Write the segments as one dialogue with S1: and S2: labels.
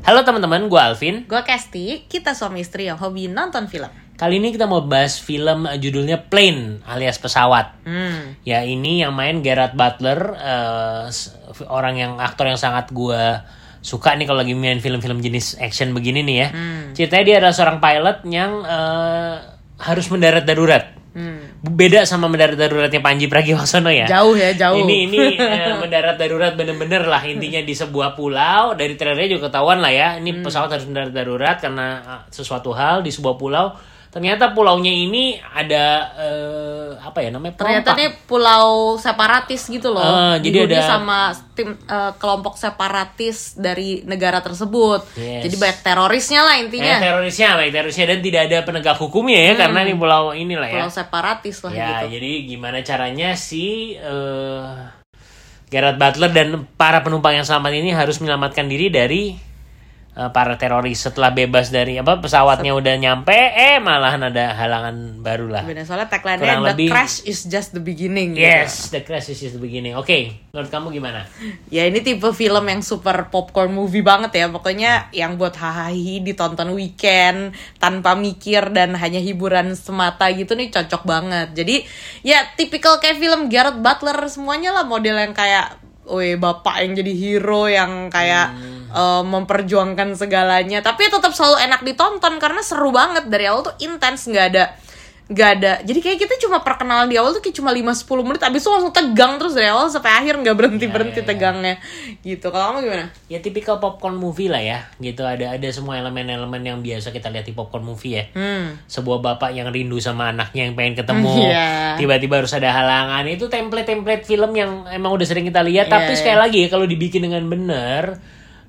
S1: Halo teman-teman, gue Alvin.
S2: Gue Kesti, kita suami istri yang hobi nonton film.
S1: Kali ini kita mau bahas film eh, judulnya Plane alias pesawat.
S2: Hmm.
S1: Ya ini yang main Gerard Butler, eh, s- orang yang aktor yang sangat gue suka nih kalau lagi main film-film jenis action begini nih ya. Ceritanya dia adalah seorang pilot yang eh, harus mendarat darurat.
S2: Hmm.
S1: Beda sama mendarat daruratnya Panji Pragiwaksono ya.
S2: Jauh ya, jauh.
S1: Ini ini eh, mendarat darurat bener-bener lah intinya di sebuah pulau dari trailernya juga ketahuan lah ya ini
S2: Hmm.
S1: pesawat harus mendarat darurat karena eh, sesuatu hal di sebuah pulau ternyata pulaunya ini ada eh, apa ya namanya perompak.
S2: Ternyata ini pulau separatis gitu loh.
S1: Eh, jadi
S2: Dihuni
S1: ada-
S2: sama tim eh, kelompok separatis dari negara tersebut.
S1: Yes.
S2: Jadi banyak terorisnya lah
S1: Eh,
S2: intinya.
S1: terorisnya baik terorisnya dan tidak ada penegak hukumnya ya karena ini pulau inilah ya
S2: Hmm. pulau separatis lah
S1: ya
S2: gitu.
S1: jadi gimana caranya si eh, Gerard Butler dan para penumpang yang selamat ini harus menyelamatkan diri dari eh, para teroris setelah bebas dari apa pesawatnya udah nyampe eh malahan ada halangan baru lah
S2: Bener soalnya tagline-nya
S1: Kurang
S2: the
S1: lebih-
S2: crash is just the beginning. gitu.
S1: yes the crisis is the beginning oke menurut kamu gimana
S2: Ya ini tipe film yang super popcorn movie banget ya Pokoknya yang buat hahahi ditonton weekend Tanpa mikir dan hanya hiburan semata gitu nih cocok banget Jadi ya tipikal kayak film Gareth Butler semuanya lah Model yang kayak Weh bapak yang jadi hero yang kayak eh, memperjuangkan segalanya Tapi ya tetap selalu enak ditonton karena seru banget Dari awal tuh intens nggak ada nggak ada jadi kayak kita cuma perkenalan di awal tuh kayak cuma 5-10 menit abis itu langsung tegang terus dari awal sampai akhir nggak
S1: Iya,
S2: berhenti berhenti tegangnya gitu kalau kamu gimana
S1: ya tipikal popcorn movie lah ya gitu ada ada semua elemen-elemen yang biasa kita lihat di popcorn movie ya
S2: hmm
S1: sebuah bapak yang rindu sama anaknya yang pengen ketemu
S2: Iya.
S1: tiba-tiba harus ada halangan itu template-template film yang emang udah sering kita lihat tapi
S2: Iya,
S1: sekali lagi ya kalau dibikin dengan bener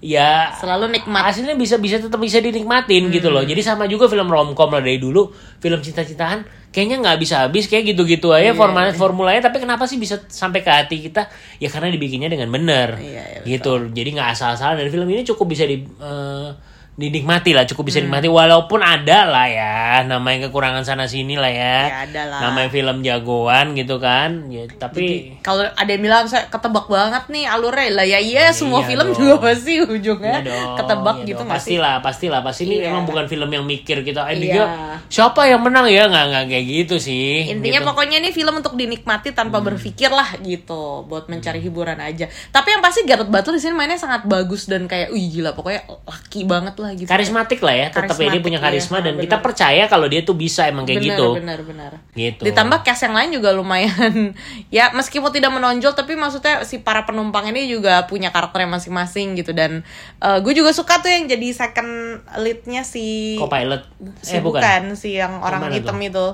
S1: ya
S2: selalu nikmat
S1: hasilnya bisa bisa tetap bisa dinikmatin gitu loh
S2: Hmm.
S1: jadi sama juga film romcom lah dari dulu film cinta-cintaan kayaknya nggak bisa habis kayak gitu-gitu
S2: Iya,
S1: aja format formulanya tapi kenapa sih bisa sampai ke hati kita ya karena dibikinnya dengan bener
S2: Iya, iya,
S1: gitu jadi nggak asal-asalan dan film ini cukup bisa di eh, dinikmati lah cukup bisa
S2: Hmm.
S1: dinikmati walaupun ada lah ya namanya kekurangan sana sini lah ya,
S2: Ya, ada lah.
S1: namanya film jagoan gitu kan ya tapi
S2: kalau ada yang bilang saya ketebak banget nih alurnya lah ya iya semua
S1: Iya
S2: film
S1: dong.
S2: juga pasti ujungnya
S1: Iya dong,
S2: ketebak
S1: iya
S2: gitu
S1: dong.
S2: nggak sih
S1: pastilah pastilah pasti ini
S2: Iya.
S1: emang bukan film yang mikir gitu eh
S2: Iya.
S1: dia, siapa yang menang ya nggak nggak kayak gitu sih
S2: Intinya pokoknya ini film untuk dinikmati tanpa
S1: Hmm.
S2: berpikir lah gitu, buat mencari hiburan aja. Tapi yang pasti Gareth Butler di sini mainnya sangat bagus dan kayak, wih gila pokoknya laki banget lah gitu.
S1: karismatik lah ya tetap ya, dia
S2: Karismatik,
S1: punya
S2: iya.
S1: karisma dan
S2: Bener.
S1: kita percaya kalau dia tuh bisa emang kayak
S2: benar,
S1: gitu
S2: Benar, benar.
S1: gitu
S2: Ditambah cast yang lain juga lumayan ya meskipun tidak menonjol tapi maksudnya si para penumpang ini juga punya karakternya masing-masing gitu dan gue juga suka tuh yang jadi second leadnya si
S1: co-pilot
S2: si
S1: eh bukan,
S2: si yang
S1: Yang
S2: orang
S1: mana
S2: hitam
S1: tuh?
S2: itu.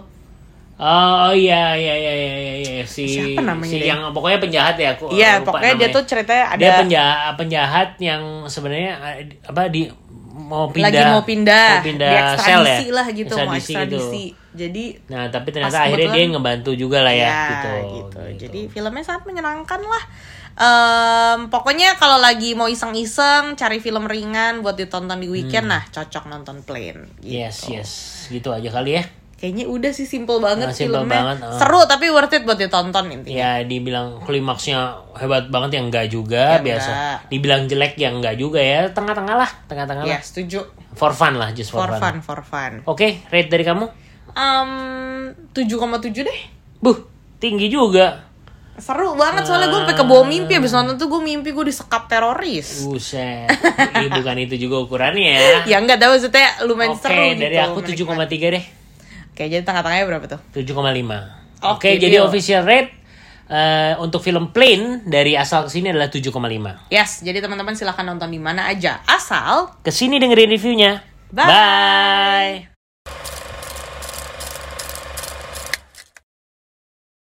S1: oh iya iya iya iya iya, iya. si
S2: Siapa namanya
S1: si
S2: deh?
S1: yang pokoknya penjahat ya aku
S2: Iya,
S1: lupa
S2: pokoknya dia
S1: namanya.
S2: tuh ceritanya ada
S1: dia penjahat penjahat yang sebenarnya eh, di- apa di mau pindah
S2: lagi mau pindah,
S1: mau pindah
S2: di
S1: sel
S2: ekstradisi
S1: ya
S2: lah gitu, mau
S1: Ekstradisi gitu.
S2: ekstradisi. Jadi
S1: Nah, tapi
S2: Pas
S1: ternyata akhirnya dia
S2: kebetulan-
S1: ngebantu juga lah ya, gitu.
S2: gitu. Jadi filmnya sangat menyenangkan lah. Em, pokoknya kalau lagi mau iseng-iseng cari film ringan buat ditonton di
S1: Hmm.
S2: weekend nah cocok nonton plane. Gitu.
S1: Yes, yes. Gitu aja kali ya.
S2: Kayaknya udah sih simple banget
S1: Nah, simple
S2: filmnya.
S1: banget, ah.
S2: Seru tapi worth it buat ditonton intinya.
S1: Ya dibilang klimaksnya hebat banget yang enggak juga
S2: Ya,
S1: biasa.
S2: enggak.
S1: Dibilang jelek yang enggak juga ya, tengah-tengah lah, tengah-tengah
S2: Ya,
S1: lah.
S2: setuju.
S1: For fun lah, just for,
S2: For fun, for fun.
S1: Oke, rate dari kamu?
S2: Em 7,7 deh.
S1: Buh, tinggi juga.
S2: Seru banget
S1: Ah.
S2: soalnya gue sampai kebawa mimpi abis nonton tuh gue mimpi gue disekap teroris.
S1: Buset. Ih, bukan itu juga ukurannya.
S2: Ya enggak tahu maksudnya lumayan
S1: Oke,
S2: seru gitu.
S1: dari aku 7,3 deh.
S2: Oke, jadi tengah-tengahnya berapa tuh?
S1: 7,5. Oke,
S2: Oke,
S1: jadi
S2: deal.
S1: official rate eh, untuk film Plane dari asal kesini adalah 7,5.
S2: Yes, jadi teman-teman silahkan nonton di mana aja. Asal
S1: Kesini dengerin reviewnya.
S2: Bye.
S1: Bye.